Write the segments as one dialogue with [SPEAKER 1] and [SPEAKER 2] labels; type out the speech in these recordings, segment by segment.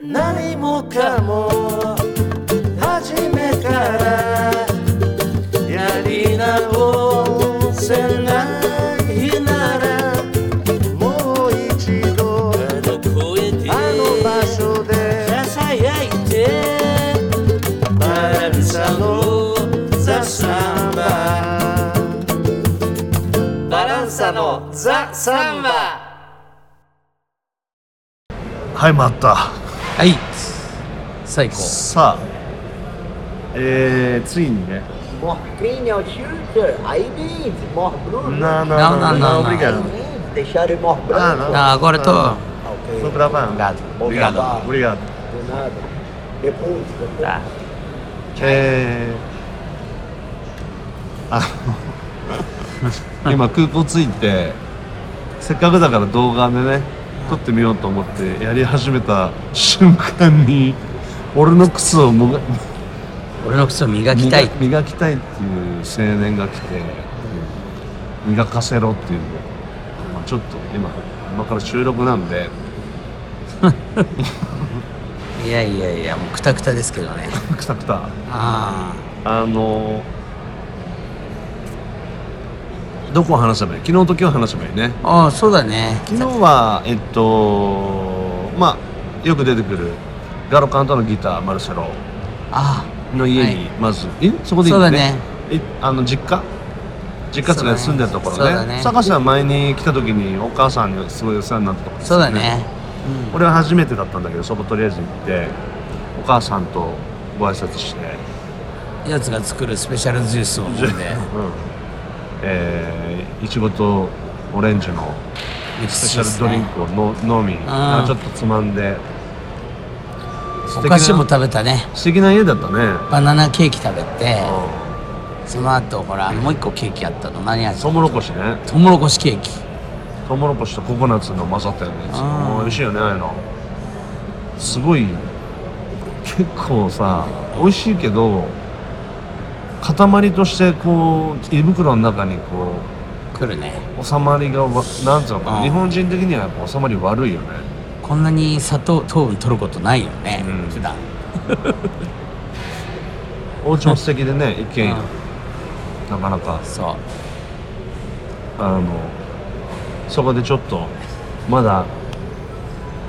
[SPEAKER 1] 何もかも初めからやり直せないならもう一度
[SPEAKER 2] あの声で
[SPEAKER 1] あの場所で
[SPEAKER 2] ささやいて
[SPEAKER 1] バランサのザ・サンバ
[SPEAKER 2] バランサのザ・サンバ
[SPEAKER 3] はい回った
[SPEAKER 4] はい最高
[SPEAKER 3] さあえー、ついにね
[SPEAKER 5] Morfrinho Shooter, aí vem Morbruno.
[SPEAKER 3] Não, não,
[SPEAKER 4] Não,
[SPEAKER 3] não,
[SPEAKER 4] não,
[SPEAKER 3] não,
[SPEAKER 4] não,
[SPEAKER 3] obrigado.
[SPEAKER 5] Deixar ele
[SPEAKER 3] Ah,
[SPEAKER 5] Morbruno.
[SPEAKER 3] não.
[SPEAKER 4] Ah, agora eu tô.
[SPEAKER 3] Ah, não. Não pra lá.
[SPEAKER 5] Obrigado.
[SPEAKER 3] Obrigado. Obrigado.
[SPEAKER 5] Do nada. Depois, depois.
[SPEAKER 4] Tá.
[SPEAKER 3] É... あの今空港着いてせっかくだから動画でね撮ってみようと思ってやり始めた瞬間に俺の靴をもが
[SPEAKER 4] 俺の靴を磨きたい
[SPEAKER 3] 磨磨きたいっていう青年が来て、磨かせろっていうのまあ、ちょっと今今から収録なんで
[SPEAKER 4] いやいやいやもうくたくたですけど ね
[SPEAKER 3] くたくた
[SPEAKER 4] あ
[SPEAKER 3] あのどこを話せばいい昨日と今日話せばいいね
[SPEAKER 4] ーあーそうだね
[SPEAKER 3] 昨日はえっとまあよく出てくるガロカントのギターマルセロ
[SPEAKER 4] あ
[SPEAKER 3] の家
[SPEAKER 4] は
[SPEAKER 3] にまず、えそこでいい
[SPEAKER 4] そ
[SPEAKER 3] ん
[SPEAKER 4] うだ
[SPEAKER 3] だね
[SPEAKER 4] ね
[SPEAKER 3] えあの実家実家とか住んでるところ
[SPEAKER 4] そう
[SPEAKER 3] ね
[SPEAKER 4] だね
[SPEAKER 3] 坂下は前に来た時にお母さんにすごいお世話になったところ
[SPEAKER 4] そうだね
[SPEAKER 3] 俺は初めてだったんだけどそことりあえず行ってお母さんとご挨拶して、
[SPEAKER 4] やつが作るスペシャルジュースを飲んで
[SPEAKER 3] うんえーいちごとオレンジの
[SPEAKER 4] ミキ
[SPEAKER 3] スペ
[SPEAKER 4] ス
[SPEAKER 3] シャルドリンクをの飲みなんかちょっとつまんで素
[SPEAKER 4] お
[SPEAKER 3] 敵
[SPEAKER 4] 菓
[SPEAKER 3] な
[SPEAKER 4] 子も食べたね
[SPEAKER 3] 素敵な家だったね、
[SPEAKER 4] バナナケーキ食べて
[SPEAKER 3] う
[SPEAKER 4] その後ほらもう一個ケーキあったの何
[SPEAKER 3] ん
[SPEAKER 4] 味
[SPEAKER 3] トウモロコシね
[SPEAKER 4] トウモロコシケーキ
[SPEAKER 3] トウモロコシとココナッツの混ざったようなやつ
[SPEAKER 4] あー
[SPEAKER 3] 美味しいよねああいうのすごい結構さ美味しいけど塊としてこう胃袋の中にこ
[SPEAKER 4] 来るね
[SPEAKER 3] う収まりがわなんつうのか
[SPEAKER 4] う
[SPEAKER 3] なん日本人的にはやっぱ収まり悪いよね
[SPEAKER 4] こんなに砂糖糖分取ることないよね、
[SPEAKER 3] うん
[SPEAKER 4] 普段
[SPEAKER 3] お家も素敵でね一軒家
[SPEAKER 4] うん
[SPEAKER 3] なかなか
[SPEAKER 4] そう
[SPEAKER 3] あのそこでちょっとまだ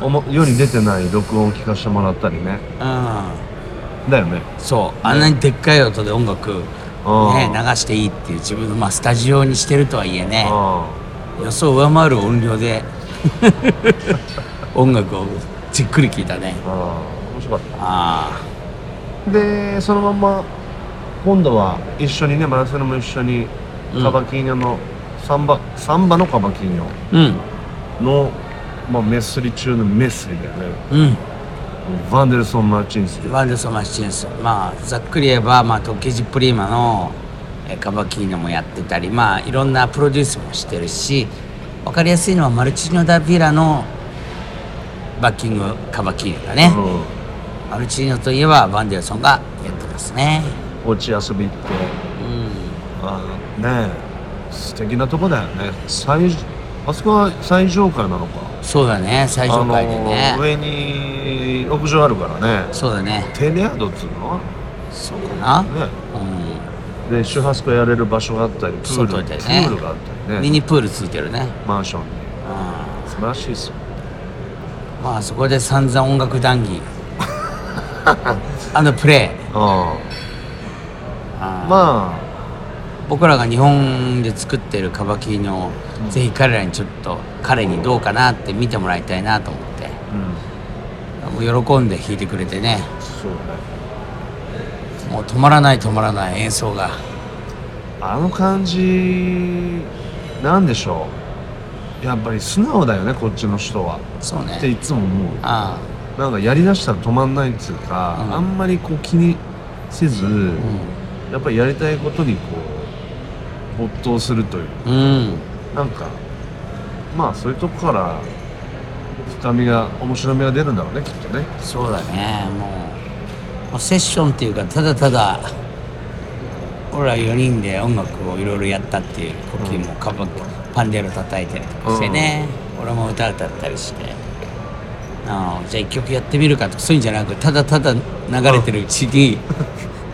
[SPEAKER 3] おも世に出てない録音を聞かせてもらったりね
[SPEAKER 4] うん
[SPEAKER 3] だよね
[SPEAKER 4] そうあんなにでっかい音で音楽、ね、
[SPEAKER 3] あー
[SPEAKER 4] 流していいっていう自分の、まあ、スタジオにしてるとはいえね
[SPEAKER 3] ああ
[SPEAKER 4] 予想を上回る音量 で音楽をじっくり聴いたね
[SPEAKER 3] ああ面白かっ
[SPEAKER 4] あ
[SPEAKER 3] たでそのまんま今度は一緒にねマラセロも一緒に
[SPEAKER 4] うん
[SPEAKER 3] カバキーニョの、サンバサンバのカバキーニョ
[SPEAKER 4] あうん
[SPEAKER 3] の、まあ、メスリ中のメスリだよね
[SPEAKER 4] うん
[SPEAKER 3] バンデルソン・マーチンス
[SPEAKER 4] ワールド・ソマシチンスまあざっくり言えば、まあ、トッケジ・プリーマのえーカバキーノもやってたりまあいろんなプロデュースもしてるしわかりやすいのはマルチーノ・ダ・ビラのバッキングカバキーノだね、
[SPEAKER 3] うん
[SPEAKER 4] マルチーノといえばバンデルソンがやってますね
[SPEAKER 3] お家遊び行っ
[SPEAKER 4] う
[SPEAKER 3] て
[SPEAKER 4] ん
[SPEAKER 3] ああねえ素敵なとこだよね最あそこは最上階なのか
[SPEAKER 4] そうだね最上階でね、
[SPEAKER 3] あの上に屋上あるからね
[SPEAKER 4] そうだね
[SPEAKER 3] テレアドっつうの
[SPEAKER 4] そうかな、
[SPEAKER 3] ね
[SPEAKER 4] う
[SPEAKER 3] で周波数がやれる場所があったりプー
[SPEAKER 4] 外
[SPEAKER 3] ル,、
[SPEAKER 4] でね
[SPEAKER 3] プールがあった
[SPEAKER 4] ん、ミ
[SPEAKER 3] りね
[SPEAKER 4] ニプールついてるね、
[SPEAKER 3] マンションに
[SPEAKER 4] うん、
[SPEAKER 3] 素晴らしいですよ
[SPEAKER 4] まあそこで散々音楽談 義あのプレイ
[SPEAKER 3] あ
[SPEAKER 4] ま
[SPEAKER 3] あ
[SPEAKER 4] あ、
[SPEAKER 3] ま
[SPEAKER 4] 僕らが日本で作ってるカバキーの、ぜひ彼らにちょっと彼にどうかなって見てもらいたいなと思って
[SPEAKER 3] あ、うん、
[SPEAKER 4] もう喜んで弾いてくれてね
[SPEAKER 3] そうね
[SPEAKER 4] もう止まらない止まらない演奏が
[SPEAKER 3] あの感じなんでしょうやっぱり素直だよねこっちの人は
[SPEAKER 4] そうね
[SPEAKER 3] っていつも思う
[SPEAKER 4] あ
[SPEAKER 3] なんかやりだしたら止まんないっつうか、
[SPEAKER 4] うん
[SPEAKER 3] あんまりこう気にせず、
[SPEAKER 4] あ
[SPEAKER 3] やっぱりやりたいことにこう没頭するという
[SPEAKER 4] うん、うん、
[SPEAKER 3] なんかまあそういうとこから深みが面白みが出るんだろうねきっとね
[SPEAKER 4] そうだねもうもうセッションっていうかただただ俺ら4人で音楽をいろいろやったっていうコキもかぶってパンデロ叩いたりとかしてね、俺も歌歌ったりしてああじゃあ一曲やってみるかとかそういうんじゃなくただただ流れてるうちに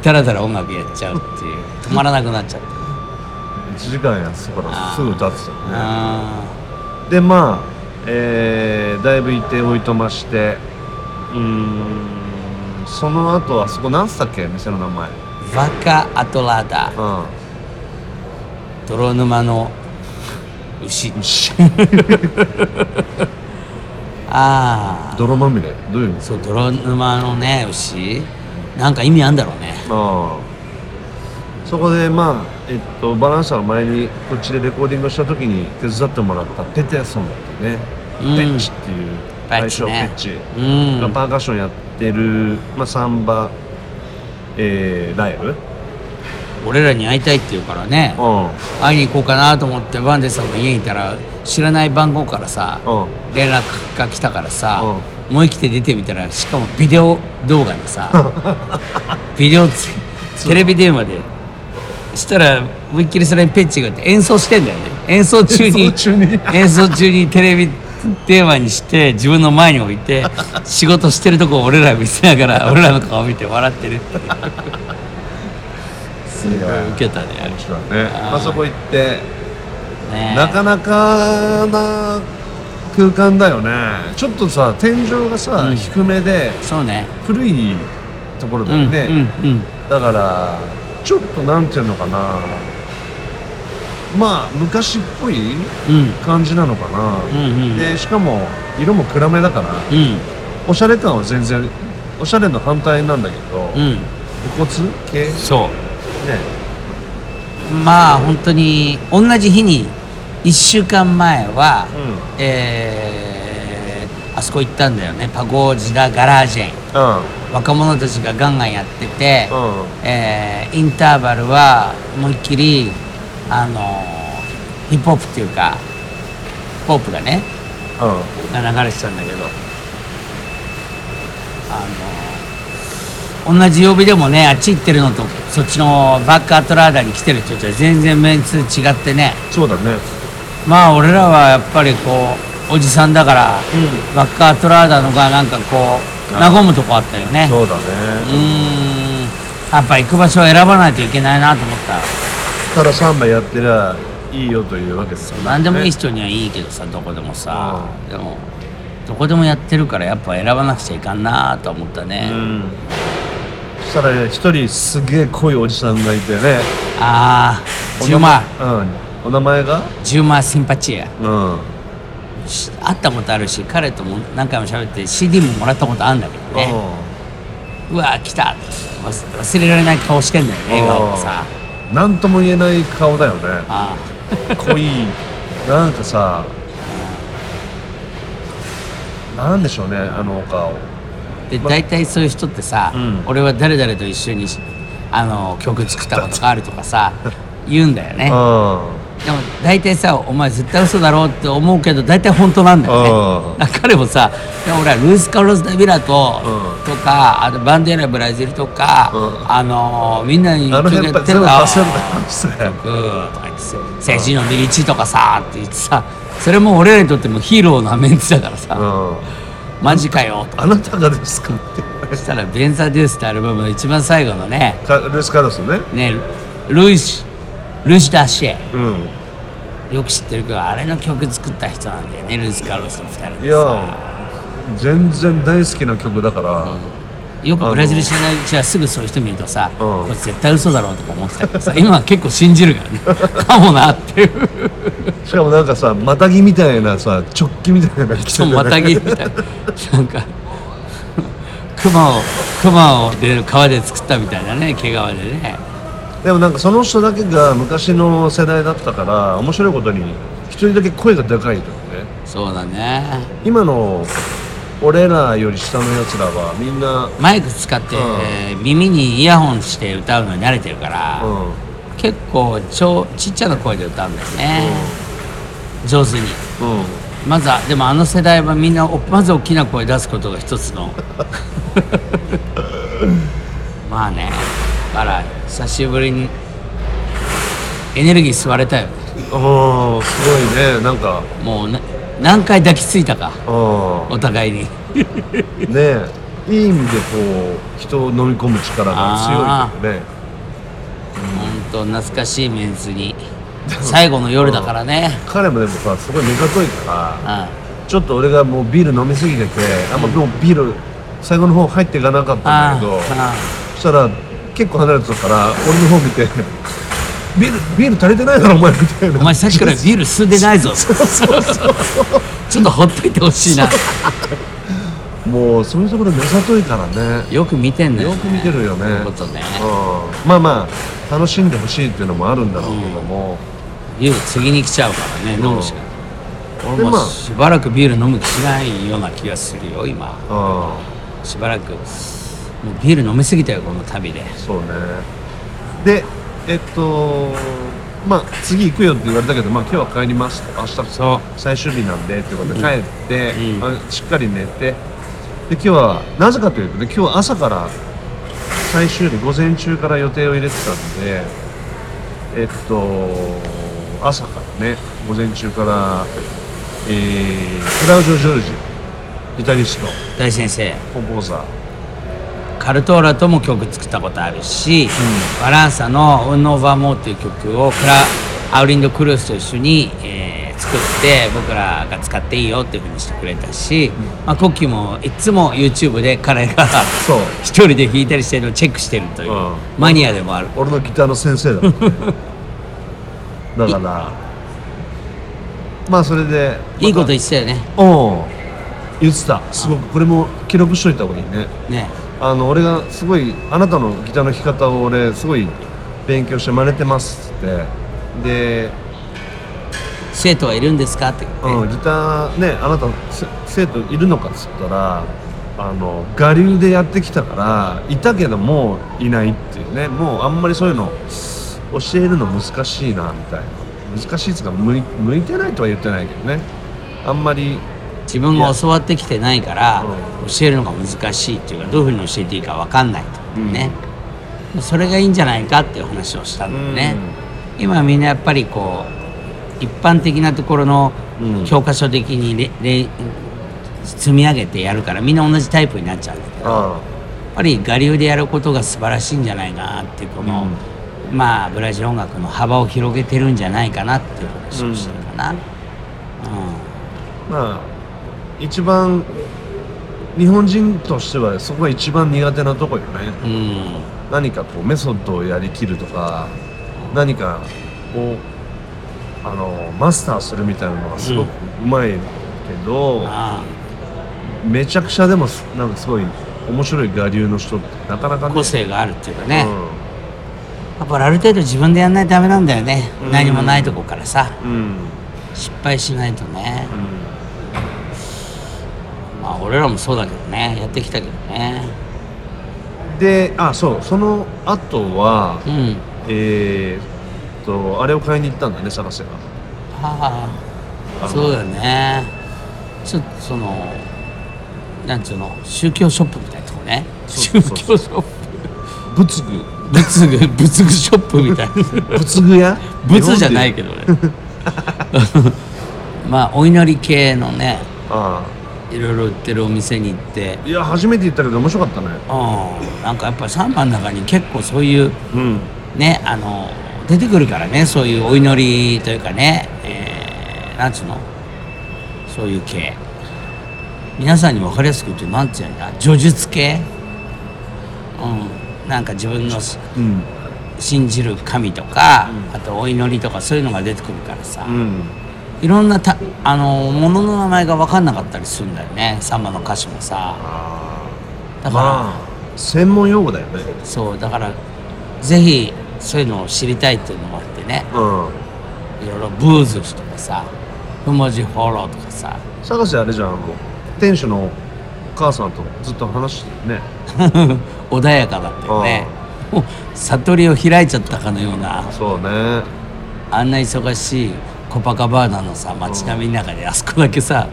[SPEAKER 4] だらだら音楽やっちゃうっていう止まらなくなっちゃった
[SPEAKER 3] 1時間やってたからすぐ歌ってたよね
[SPEAKER 4] あ
[SPEAKER 3] でまあえーだいぶいておいとましてうーんその後あそこ何つったっけ店の名前
[SPEAKER 4] あバカアトラーダ
[SPEAKER 3] う
[SPEAKER 4] 泥沼の牛
[SPEAKER 3] んし
[SPEAKER 4] あ
[SPEAKER 3] 泥まみれどういう意
[SPEAKER 4] あ
[SPEAKER 3] 味
[SPEAKER 4] そう泥沼のね牛なんか意味あんだろうね
[SPEAKER 3] ああそこでまあえっとバランサーの前にこっちでレコーディングした時に手伝ってもらったテテヤソンだったね、
[SPEAKER 4] うん
[SPEAKER 3] ペッチっていう
[SPEAKER 4] ペッ
[SPEAKER 3] 愛
[SPEAKER 4] チ
[SPEAKER 3] 称ペ
[SPEAKER 4] ね
[SPEAKER 3] ッチ
[SPEAKER 4] うん
[SPEAKER 3] がパーカッションやってる、まあ、サンバ、えーライブ、うん、
[SPEAKER 4] 俺らに会いたいって言うからね会いに行こうかなと思ってバンデさんの家にいたら知らない番号からさ
[SPEAKER 3] う
[SPEAKER 4] 連絡が来たからさ思い切って出てみたらしかもビデオ動画に さビデオつテレビ電話でしたら思いっきりそれにペッチが演奏してんだよね演奏中に
[SPEAKER 3] 演奏中に
[SPEAKER 4] 演奏中にテレビ電話にして自分の前に置いて仕事してるとこを俺ら見せながら俺らの顔見て笑ってるっていうすご いウケたねあれ
[SPEAKER 3] そうだねまあ、そこ行って
[SPEAKER 4] ね
[SPEAKER 3] なかなかな空間だよねちょっとさ天井がさ、
[SPEAKER 4] うん
[SPEAKER 3] 低めで
[SPEAKER 4] そうね
[SPEAKER 3] 古いところ
[SPEAKER 4] う
[SPEAKER 3] だ
[SPEAKER 4] ん
[SPEAKER 3] よね、
[SPEAKER 4] うんうん
[SPEAKER 3] だからちょっとなんていうのかなまあ昔っぽい
[SPEAKER 4] うん
[SPEAKER 3] 感じなのかな、
[SPEAKER 4] うんうん
[SPEAKER 3] でしかも色も暗めだから
[SPEAKER 4] うん
[SPEAKER 3] おしゃれ感は全然おしゃれの反対なんだけど、
[SPEAKER 4] う
[SPEAKER 3] 武
[SPEAKER 4] ん
[SPEAKER 3] 骨系ね
[SPEAKER 4] そうまあ本当に同じ日に1週間前は、
[SPEAKER 3] う
[SPEAKER 4] えーあそこ行ったんだよねパゴージダ・ガラージェン
[SPEAKER 3] ん
[SPEAKER 4] 若者たちがガンガンやってて、
[SPEAKER 3] うん
[SPEAKER 4] えーインターバルは思いっきりあのーヒップホップっていうかポップがね
[SPEAKER 3] うん
[SPEAKER 4] が流れてたんだけどあの同じ曜日でもねあっち行ってるのとそっちのバックアトラーダに来てる人たちは全然メンツ違ってね
[SPEAKER 3] そうだね
[SPEAKER 4] まあ俺らはやっぱりこうおじさんだから、バックアトラーダのがなんかこう
[SPEAKER 3] あ
[SPEAKER 4] 和むとこあったよね
[SPEAKER 3] そうだ
[SPEAKER 4] う
[SPEAKER 3] ね
[SPEAKER 4] ーんやっぱ行く場所を選ばないといけないなと思った
[SPEAKER 3] ただサンバやってりゃいいよというわけですよね
[SPEAKER 4] 何でもいい人にはいいけどさどこでもさでもどこでもやってるからやっぱ選ばなくちゃいかんなと思ったね、
[SPEAKER 3] うんそしたらね一人すげえ濃いおじさんがいてね
[SPEAKER 4] ああ、ジュマ、
[SPEAKER 3] うんお名前が
[SPEAKER 4] ジュマシンパチア。
[SPEAKER 3] うん
[SPEAKER 4] し会ったことあるし、彼とも何回も喋って CD ももらったことあるんだけどね。うわー、来た忘忘れられない顔してんだよね、笑顔がさ。
[SPEAKER 3] 何とも言えない顔だよね
[SPEAKER 4] あ
[SPEAKER 3] 濃いなんかさなんでしょうねあのお顔
[SPEAKER 4] あ。で、大体そういう人ってさ、
[SPEAKER 3] うん
[SPEAKER 4] 俺は誰々と一緒にあの曲作ったことがあるとか さ、言うんだよね。でも大体さ、お前絶対嘘だろうって思うけど、大体本当なんだよね。
[SPEAKER 3] う
[SPEAKER 4] 彼もさ、いや俺はルイス・カルロス・ダ・ビラと、
[SPEAKER 3] う
[SPEAKER 4] とか、あとバンデーラ・ブラジルとか、
[SPEAKER 3] うん
[SPEAKER 4] あのーみんなに
[SPEAKER 3] うんあの辺やっぱ全部
[SPEAKER 4] た
[SPEAKER 3] 出せるんだよね
[SPEAKER 4] うんとか言ってさ政治のミリチとかさって言ってさ、それも俺らにとってもヒーローなメンツだから
[SPEAKER 3] う
[SPEAKER 4] さ、
[SPEAKER 3] ん
[SPEAKER 4] マジかよと
[SPEAKER 3] あなたがですかって
[SPEAKER 4] そしたら、ベンザ・デュースってアルバムの一番最後のね、
[SPEAKER 3] かルイス・カルロスね
[SPEAKER 4] ね、ルイス、ルイス・ダッシェ。
[SPEAKER 3] うん
[SPEAKER 4] よく知ってるけどあれの曲作った人なんだよねルイス・カルロスの2人
[SPEAKER 3] い
[SPEAKER 4] でさ
[SPEAKER 3] や全然大好きな曲だから、
[SPEAKER 4] よくブラジル知らないうちはすぐそういう人見るとさ、
[SPEAKER 3] うん
[SPEAKER 4] これ絶対嘘だろうとか思ってたけどさ 今は結構信じるからね かもなっていう
[SPEAKER 3] しかもなんかさまたぎみたいなさ直帰みたいなの着て
[SPEAKER 4] 人
[SPEAKER 3] てね
[SPEAKER 4] またぎみたいななんか熊を熊をで川で作ったみたいなね毛皮でね
[SPEAKER 3] でもなんかその人だけが昔の世代だったから面白いことに一人だけ声がでかいとね
[SPEAKER 4] そうだね
[SPEAKER 3] 今の俺らより下のやつらはみんな
[SPEAKER 4] マイク使って、
[SPEAKER 3] う
[SPEAKER 4] 耳にイヤホンして歌うのに慣れてるから、
[SPEAKER 3] うん
[SPEAKER 4] 結構ちょちっちゃな声で歌うんだよね、上手に。
[SPEAKER 3] うん
[SPEAKER 4] まずはでもあの世代はみんなおまず大きな声出すことが一つ のまあねだから久しぶりにエネルギー吸われたよね
[SPEAKER 3] あーすごいねなんか
[SPEAKER 4] もうね何回抱きついたか
[SPEAKER 3] あ
[SPEAKER 4] お互いに
[SPEAKER 3] あねえいい意味でこう人を飲み込む力が強いよね
[SPEAKER 4] 本当懐かしいメンツ に最後の夜だからね
[SPEAKER 3] 彼もでもさすごい目が遠いから
[SPEAKER 4] あ
[SPEAKER 3] ちょっと俺がもうビール飲みすぎててあんまもうビール最後の方入っていかなかったんだけど
[SPEAKER 4] あ
[SPEAKER 3] そしたら結構離れてたから俺の方見て 「ビールビール足りてないだろお前」みたいな
[SPEAKER 4] お前さっきからビール吸んで ないぞちょっとほっといてほしいな
[SPEAKER 3] もうそういうところ目ざといからね
[SPEAKER 4] よく見てんだよ、ね、
[SPEAKER 3] よく見てるよね
[SPEAKER 4] そういうことね
[SPEAKER 3] うんまあまあ楽しんでほしいっていうのもあるんだろうけども、
[SPEAKER 4] ビール次に来ちゃうからね飲むしかない俺
[SPEAKER 3] で
[SPEAKER 4] も
[SPEAKER 3] まあ
[SPEAKER 4] しばらくビール飲む気しないような気がするよ今
[SPEAKER 3] あ
[SPEAKER 4] しばらくもうビール飲みすぎたよこの旅で
[SPEAKER 3] あそうねでえっとまあ次行くよって言われたけどまあ今日は帰りますと明日
[SPEAKER 4] そう
[SPEAKER 3] 最終日なんでってことで帰って、
[SPEAKER 4] うん
[SPEAKER 3] あしっかり寝てで今日はなぜかというとね今日朝から最終日午前中から予定を入れてたんでえっと朝からね午前中からえー、クラウジョ・ジョルジギタリスト
[SPEAKER 4] 大先生
[SPEAKER 3] コンポーザー
[SPEAKER 4] カルトーラとも曲作ったことあるし、バランサの「運のバモー」っていう曲をクラアウリンド・クルースと一緒に、えー作って僕らが使っていいよっていうふうにしてくれたし、まあ、コッキーもいつも YouTube で彼が
[SPEAKER 3] そう
[SPEAKER 4] 一人で弾いたりしてるのをチェックしてるという、
[SPEAKER 3] うん
[SPEAKER 4] マニアでもある
[SPEAKER 3] 俺のギターの先生だもんね だからまあそれで
[SPEAKER 4] いいこと
[SPEAKER 3] ま
[SPEAKER 4] 言ってたよね
[SPEAKER 3] たうん言ってたすごくこれも記録しといた方がいいね
[SPEAKER 4] ね
[SPEAKER 3] あの俺がすごいあなたのギターの弾き方を俺すごい勉強して真似てますっつってで、
[SPEAKER 4] 生徒はいるんですかって言って、
[SPEAKER 3] うん、ギターねあなたせ生徒いるのかっつったらあの我流でやってきたからいたけどもういないっていうねもうあんまりそういうの教えるの難しいなみたいな難しいっつうか向い向いてないとは言ってないけどねあんまり
[SPEAKER 4] 自分が教わってきてないから
[SPEAKER 3] う
[SPEAKER 4] 教えるのが難しいっていうかどういうふうに教えていいか分かんないとね、それがいいんじゃないかっていう話をしたんだよね、今みんなやっぱりこう一般的なところの
[SPEAKER 3] うん
[SPEAKER 4] 教科書的にれ、れ積み上げてやるからみんな同じタイプになっちゃうんだけどや
[SPEAKER 3] あ
[SPEAKER 4] っぱり我流でやることが素晴らしいんじゃないかなっていうこの、まあブラジル音楽の幅を広げてるんじゃないかなっていう話をしてるかな、うん
[SPEAKER 3] まあ一番日本人としてはそこが一番苦手なとこよね
[SPEAKER 4] うん
[SPEAKER 3] 何かこうメソッドをやりきるとか何かをあのマスターするみたいなのがすごくうまいけど、
[SPEAKER 4] あ
[SPEAKER 3] めちゃくちゃでもすなんかすごい面白い我流の人ってなかなか
[SPEAKER 4] あ
[SPEAKER 3] ね
[SPEAKER 4] 個性があるっていうかね、
[SPEAKER 3] う
[SPEAKER 4] やっぱりある程度自分でやんないとダメなんだよね、
[SPEAKER 3] うん
[SPEAKER 4] 何もないとこからさ
[SPEAKER 3] んうん
[SPEAKER 4] 失敗しないとね
[SPEAKER 3] うん
[SPEAKER 4] まあ俺らもそうだけどねやってきたけどね
[SPEAKER 3] であそうその後は
[SPEAKER 4] うん
[SPEAKER 3] えーっとあれを買いに行ったんだね探せが
[SPEAKER 4] は
[SPEAKER 3] あ
[SPEAKER 4] あ
[SPEAKER 3] の
[SPEAKER 4] そうだねちょっとそのなんつうの宗教ショップみたいなとこね
[SPEAKER 3] そ
[SPEAKER 4] 宗
[SPEAKER 3] うそう
[SPEAKER 4] 教ショップ
[SPEAKER 3] 仏具
[SPEAKER 4] 仏具仏具ショップみたいな
[SPEAKER 3] 仏具屋
[SPEAKER 4] 仏じゃないけどね まあお祈り系のね
[SPEAKER 3] あ
[SPEAKER 4] いろいろ売ってるお店に行って
[SPEAKER 3] あいや初めて行ったけど面白かったね
[SPEAKER 4] うんなんかやっぱりサンバの中に結構そういう
[SPEAKER 3] うん
[SPEAKER 4] ねあの出てくるからねそういうお祈りというかね、えーなんつうのそういう系皆さんに分かりやすく言うとなんつうんだ叙述系うんなんか自分のし
[SPEAKER 3] うん
[SPEAKER 4] 信じる神とか、あとお祈りとかそういうのが出てくるからさ、
[SPEAKER 3] うん
[SPEAKER 4] いろんなたあのものの名前が分かんなかったりするんだよねサンバの歌詞もさ
[SPEAKER 3] あ
[SPEAKER 4] だから、
[SPEAKER 3] まあ専門用語だよね
[SPEAKER 4] そうだからぜひそういうのを知りたいっていうのもあってね
[SPEAKER 3] うん
[SPEAKER 4] いろいろブーズとかさふもじほろとかさ
[SPEAKER 3] 探せあれじゃんあの店主のお母さんとずっと話してたよね
[SPEAKER 4] 穏やかだったよねもう悟りを開いちゃったかのような
[SPEAKER 3] そうね
[SPEAKER 4] あんな忙しいコパカバーナのさ街並みの中であそこだけさ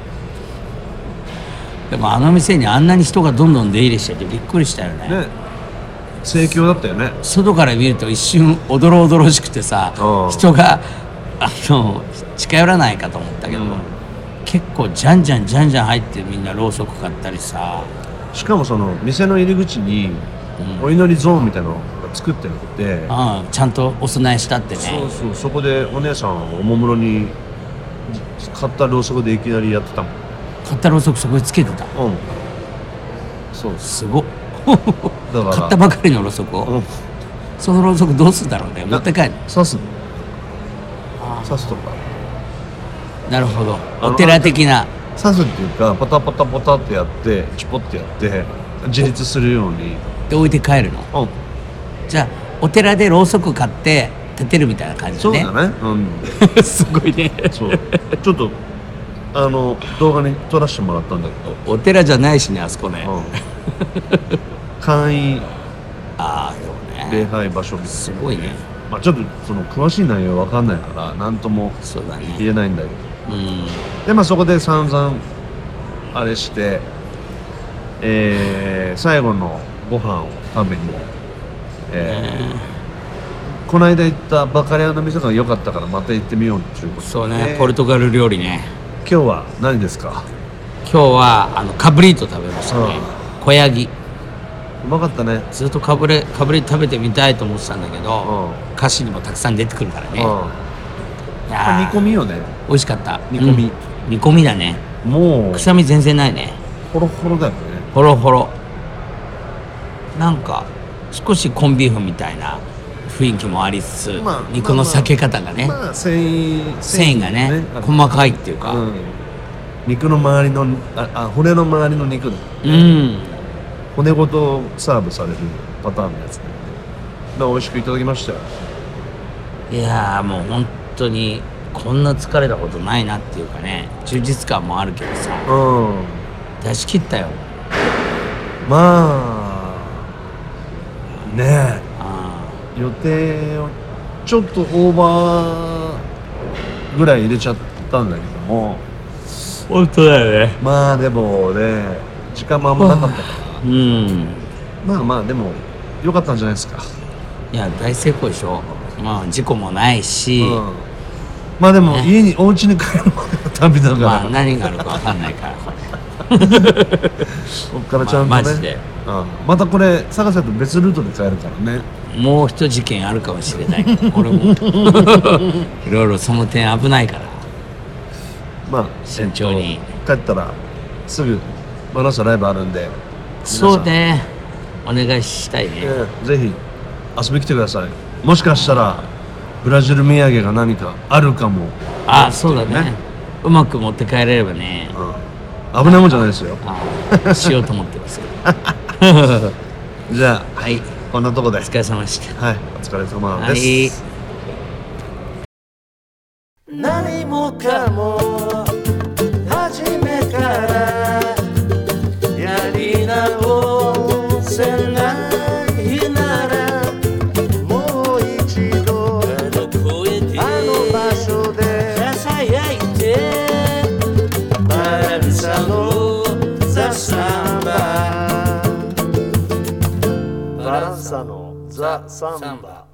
[SPEAKER 4] でもあの店にあんなに人がどんどん出入りしててびっくりしたよね
[SPEAKER 3] ね盛況だったよね
[SPEAKER 4] 外から見ると一瞬おどろおどろしくてさ
[SPEAKER 3] うん
[SPEAKER 4] 人があの近寄らないかと思ったけど、
[SPEAKER 3] うん
[SPEAKER 4] 結構じゃんじゃんじゃんじゃん入ってみんなろうそく買ったりさ
[SPEAKER 3] しかもその店の入り口にお祈りゾーンみたいなのが作ってあって、
[SPEAKER 4] うん、ちゃんとお供えしたってね
[SPEAKER 3] そうそうそこでお姉さんはおもむろに買ったろうそくでいきなりやってたもん
[SPEAKER 4] 買ったろうそくそこにつけてた
[SPEAKER 3] うんそうです
[SPEAKER 4] すごっ
[SPEAKER 3] だから
[SPEAKER 4] 買ったばかりのろうそくを、
[SPEAKER 3] うん
[SPEAKER 4] そのろうそくどうすんだろうね持って帰る
[SPEAKER 3] 刺すの刺すとか
[SPEAKER 4] なるほど
[SPEAKER 3] あ
[SPEAKER 4] お
[SPEAKER 3] の
[SPEAKER 4] 寺的な
[SPEAKER 3] 刺すっていうかパタパタパタってやってチュポってやって自立するように
[SPEAKER 4] で置いて帰るの
[SPEAKER 3] うん
[SPEAKER 4] じゃあお寺でろうそく買って立てるみたいな感じ
[SPEAKER 3] そう
[SPEAKER 4] ね
[SPEAKER 3] だねうん
[SPEAKER 4] ね すごい ね
[SPEAKER 3] そうちょっとあの動画に撮らせてもらったんだけ
[SPEAKER 4] お寺じゃないしねあそこね、
[SPEAKER 3] ど、うん、簡易
[SPEAKER 4] ああでもね
[SPEAKER 3] 礼拝場所みたい
[SPEAKER 4] すごいね
[SPEAKER 3] な、まあ、ちょっとその詳しい内容わかんないから何とも
[SPEAKER 4] そうだね
[SPEAKER 3] 言えないんだけど
[SPEAKER 4] うん
[SPEAKER 3] でまあそこで散々あれして、えー最後のご飯を食べに、えーこの間行ったバカレアの店が良かったからまた行ってみようっていうことで
[SPEAKER 4] そうね、ポルトガル料理ね
[SPEAKER 3] 今日は何ですか
[SPEAKER 4] 今日はあのカブリート食べましたね、小ヤギ
[SPEAKER 3] うまかったね
[SPEAKER 4] ずっとカブレカブリート食べてみたいと思ってたんだけど、
[SPEAKER 3] う
[SPEAKER 4] 歌詞にもたくさん出てくるから
[SPEAKER 3] うん
[SPEAKER 4] ね、い
[SPEAKER 3] やっぱ
[SPEAKER 4] や
[SPEAKER 3] 煮込
[SPEAKER 4] ー
[SPEAKER 3] みよね
[SPEAKER 4] 美味しかった
[SPEAKER 3] 煮込み
[SPEAKER 4] うん煮込みだね
[SPEAKER 3] もう
[SPEAKER 4] 臭み全然ないね
[SPEAKER 3] ホロホロだよね
[SPEAKER 4] ほろほろなんか少しコンビーフみたいな雰囲気もありつつ、
[SPEAKER 3] まあ
[SPEAKER 4] 肉の裂け方がね、
[SPEAKER 3] まあ繊維
[SPEAKER 4] 繊維がね
[SPEAKER 3] ある
[SPEAKER 4] 細かいっていうか
[SPEAKER 3] うん肉の周りのああ骨の周りの肉だ
[SPEAKER 4] うん
[SPEAKER 3] 骨ごとサーブされるパターンのやつねまあ美味しくいただきましたよ
[SPEAKER 4] いやーもう本当にこんな疲れたことないなっていうかね充実感もあるけどさ
[SPEAKER 3] うん
[SPEAKER 4] 出し切ったよ
[SPEAKER 3] まあね
[SPEAKER 4] あ
[SPEAKER 3] え予定をちょっとオーバーぐらい入れちゃったんだけども
[SPEAKER 4] 本当だよね
[SPEAKER 3] まあでもね時間もあんまなかったから
[SPEAKER 4] うん
[SPEAKER 3] まあまあでも良かったんじゃないですか、
[SPEAKER 4] いや大成功でしょまあ事故もないし、
[SPEAKER 3] うんまあでも家にお家に帰るまでの旅だから、
[SPEAKER 4] まあ何があるか分かんないから
[SPEAKER 3] こっからちゃんとね、
[SPEAKER 4] まあマジで
[SPEAKER 3] うんまたこれ探せと別ルートで帰るからね
[SPEAKER 4] もう一事件あるかもしれ ないけど俺もいろいろその点危ないから
[SPEAKER 3] まあ
[SPEAKER 4] 慎重に
[SPEAKER 3] 帰ったらすぐマナスライブあるんで皆さん
[SPEAKER 4] そうねお願いしたいね、
[SPEAKER 3] ええぜひ遊びに来てくださいもしかしたらブラジル土産が何かあるかも、
[SPEAKER 4] あそうだね
[SPEAKER 3] ね
[SPEAKER 4] うまく持って帰れればね
[SPEAKER 3] うん危ないもんじゃないですよ
[SPEAKER 4] あしようと思ってますけど
[SPEAKER 3] じゃあ
[SPEAKER 4] はい
[SPEAKER 3] こんなとこで
[SPEAKER 4] お疲れ様でした
[SPEAKER 3] はいお疲れ様です、
[SPEAKER 4] はい
[SPEAKER 1] 何もかも初めからやり直せないならもう一度
[SPEAKER 2] あの声で
[SPEAKER 1] あの場所で
[SPEAKER 2] ささやいて
[SPEAKER 1] バランサのザ・サンババランサのザ・サンバ